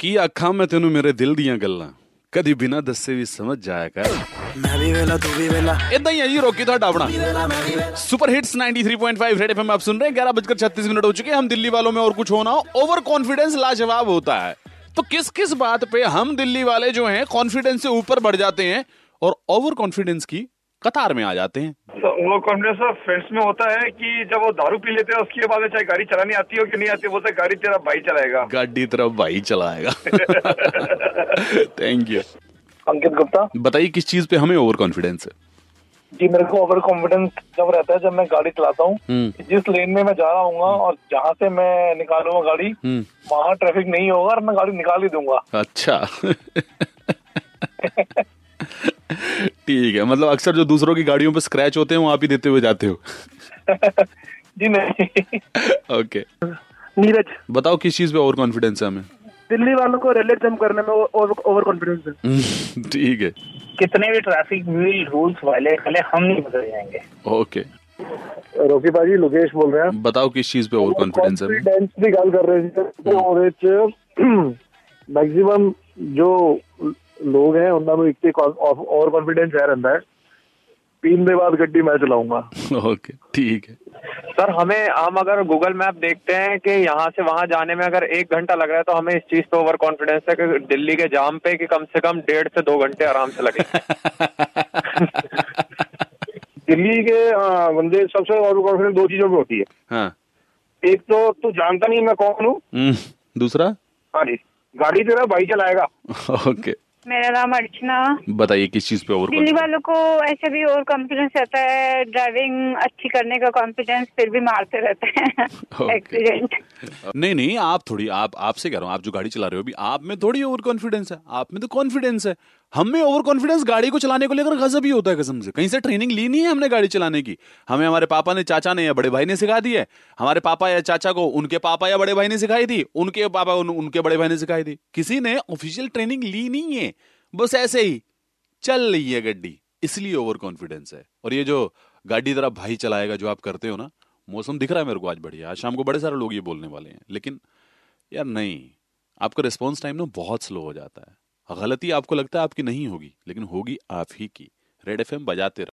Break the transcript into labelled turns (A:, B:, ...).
A: ਕੀ ਅੱਖਾਂ ਮੈਂ ਤੈਨੂੰ ਮੇਰੇ ਦਿਲ ਦੀਆਂ ਗੱਲਾਂ ਕਦੀ ਬਿਨਾਂ ਦੱਸੇ ਵੀ ਸਮਝ ਜਾਇਆ ਕਰ
B: ਮੈਂ ਵੀ ਵੇਲਾ ਤੂੰ ਵੀ ਵੇਲਾ
A: ਇਦਾਂ ਹੀ ਹੈ ਜੀ ਰੋਕੀ ਤੁਹਾਡਾ ਆਪਣਾ सुपर हिट्स 93.5 रेड एफएम आप सुन रहे हैं 11 बजकर 36 मिनट हो चुके हैं हम दिल्ली वालों में और कुछ होना हो ओवर कॉन्फिडेंस लाजवाब होता है तो किस किस बात पे हम दिल्ली वाले जो हैं कॉन्फिडेंस से ऊपर बढ़ जाते हैं और ओवर कॉन्फिडेंस की कतार में आ जाते हैं
C: वो कॉन्फिडेंस फ्रेंड्स में होता है कि जब वो दारू पी लेते हैं उसके बाद में चाहे गाड़ी चलानी आती हो कि नहीं आती बोलते गाड़ी तेरा भाई चलाएगा
A: गाड़ी तरफ भाई चलाएगा थैंक यू
D: अंकित गुप्ता
A: बताइए किस चीज पे हमें ओवर कॉन्फिडेंस है
D: जी मेरे को ओवर कॉन्फिडेंस जब रहता है जब मैं गाड़ी चलाता हूँ
A: हम्म।
D: जिस लेन में मैं जा रहा हूँ और जहाँ से मैं निकालूंगा गाड़ी
A: हम्म।
D: वहाँ ट्रैफिक नहीं होगा और मैं गाड़ी निकाल ही दूंगा
A: अच्छा ठीक है मतलब अक्सर जो दूसरों की गाड़ियों पर स्क्रैच होते हैं वो आप ही देते हुए जाते हो
D: जी नहीं
A: ओके
E: नीरज
A: बताओ किस चीज पे ओवर कॉन्फिडेंस है हमें
E: दिल्ली वालों को रेलवे जम करने में ओवर कॉन्फिडेंस है
A: हम्म, ठीक है
F: कितने भी ट्रैफिक रूल रूल्स वायलेट करें हम नहीं बदल जाएंगे
A: ओके
G: ਰੋਕੀ ਭਾਜੀ ਲੋਕੇਸ਼ ਬੋਲ ਰਿਹਾ
A: बताओ किस चीज पे ओवर कॉन्फिडेंस है हमें?
G: ਕੰਫੀਡੈਂਸ ਦੀ ਗੱਲ ਕਰ ਰਹੇ ਸੀ ਤੇ ਉਹਦੇ ਚ ਮੈਕਸਿਮਮ ਜੋ ਲੋਕ ਹੈ ਉਹਨਾਂ ਨੂੰ ਇੱਕ ਤੇ ਓਵਰ ਕੰਫੀਡੈਂਸ ਹੈ ਰਹਿੰਦਾ ਹੈ ਪੀਣ ਦੇ ਬਾਅਦ ਗੱਡੀ ਮੈਂ ਚਲਾਉਂਗਾ
A: ओके ठीक है
H: सर हमें हम अगर गूगल मैप देखते हैं कि यहाँ से वहाँ जाने में अगर एक घंटा लग रहा है तो हमें इस चीज़ पे ओवर कॉन्फिडेंस है कि दिल्ली के जाम पे कि कम से कम डेढ़ से दो घंटे आराम से लगे
G: दिल्ली के अ, बंदे सबसे ओवर कॉन्फिडेंस दो चीजों में होती है
A: हाँ
G: एक तो तू जानता नहीं मैं कौन हूँ
A: हम्म, दूसरा
G: हाँ जी गाड़ी तेरा भाई चलाएगा
A: ओके
I: मेरा नाम अर्चना
A: बताइए किस चीज पे ओवर
I: दिल्ली वालों को ऐसे भी और कॉन्फिडेंस रहता है ड्राइविंग अच्छी करने का कॉन्फिडेंस फिर भी मारते रहते हैं
A: Okay.
I: एक्सीडेंट
A: नहीं नहीं आप थोड़ी आप आपसे कह रहा हूँ आप जो गाड़ी चला रहे हो अभी आप में थोड़ी ओवर कॉन्फिडेंस है आप में तो कॉन्फिडेंस है हमें ओवर कॉन्फिडेंस गाड़ी को चलाने को लेकर गजब ही होता है कसम से कहीं से ट्रेनिंग ली नहीं है हमने गाड़ी चलाने की हमें हमारे पापा ने चाचा ने या बड़े भाई ने सिखा दी है हमारे पापा या चाचा को उनके पापा या बड़े भाई ने सिखाई थी उनके पापा उन, उनके बड़े भाई ने सिखाई थी किसी ने ऑफिशियल ट्रेनिंग ली नहीं है बस ऐसे ही चल रही है गड्डी इसलिए ओवर कॉन्फिडेंस है और ये जो गाड़ी तरह भाई चलाएगा जो आप करते हो ना मौसम दिख रहा है मेरे को आज बढ़िया आज शाम को बड़े सारे लोग ये बोलने वाले हैं लेकिन यार नहीं आपका रिस्पॉन्स टाइम ना बहुत स्लो हो जाता है गलती आपको लगता है आपकी नहीं होगी लेकिन होगी आप ही की रेड एफ बजाते रहो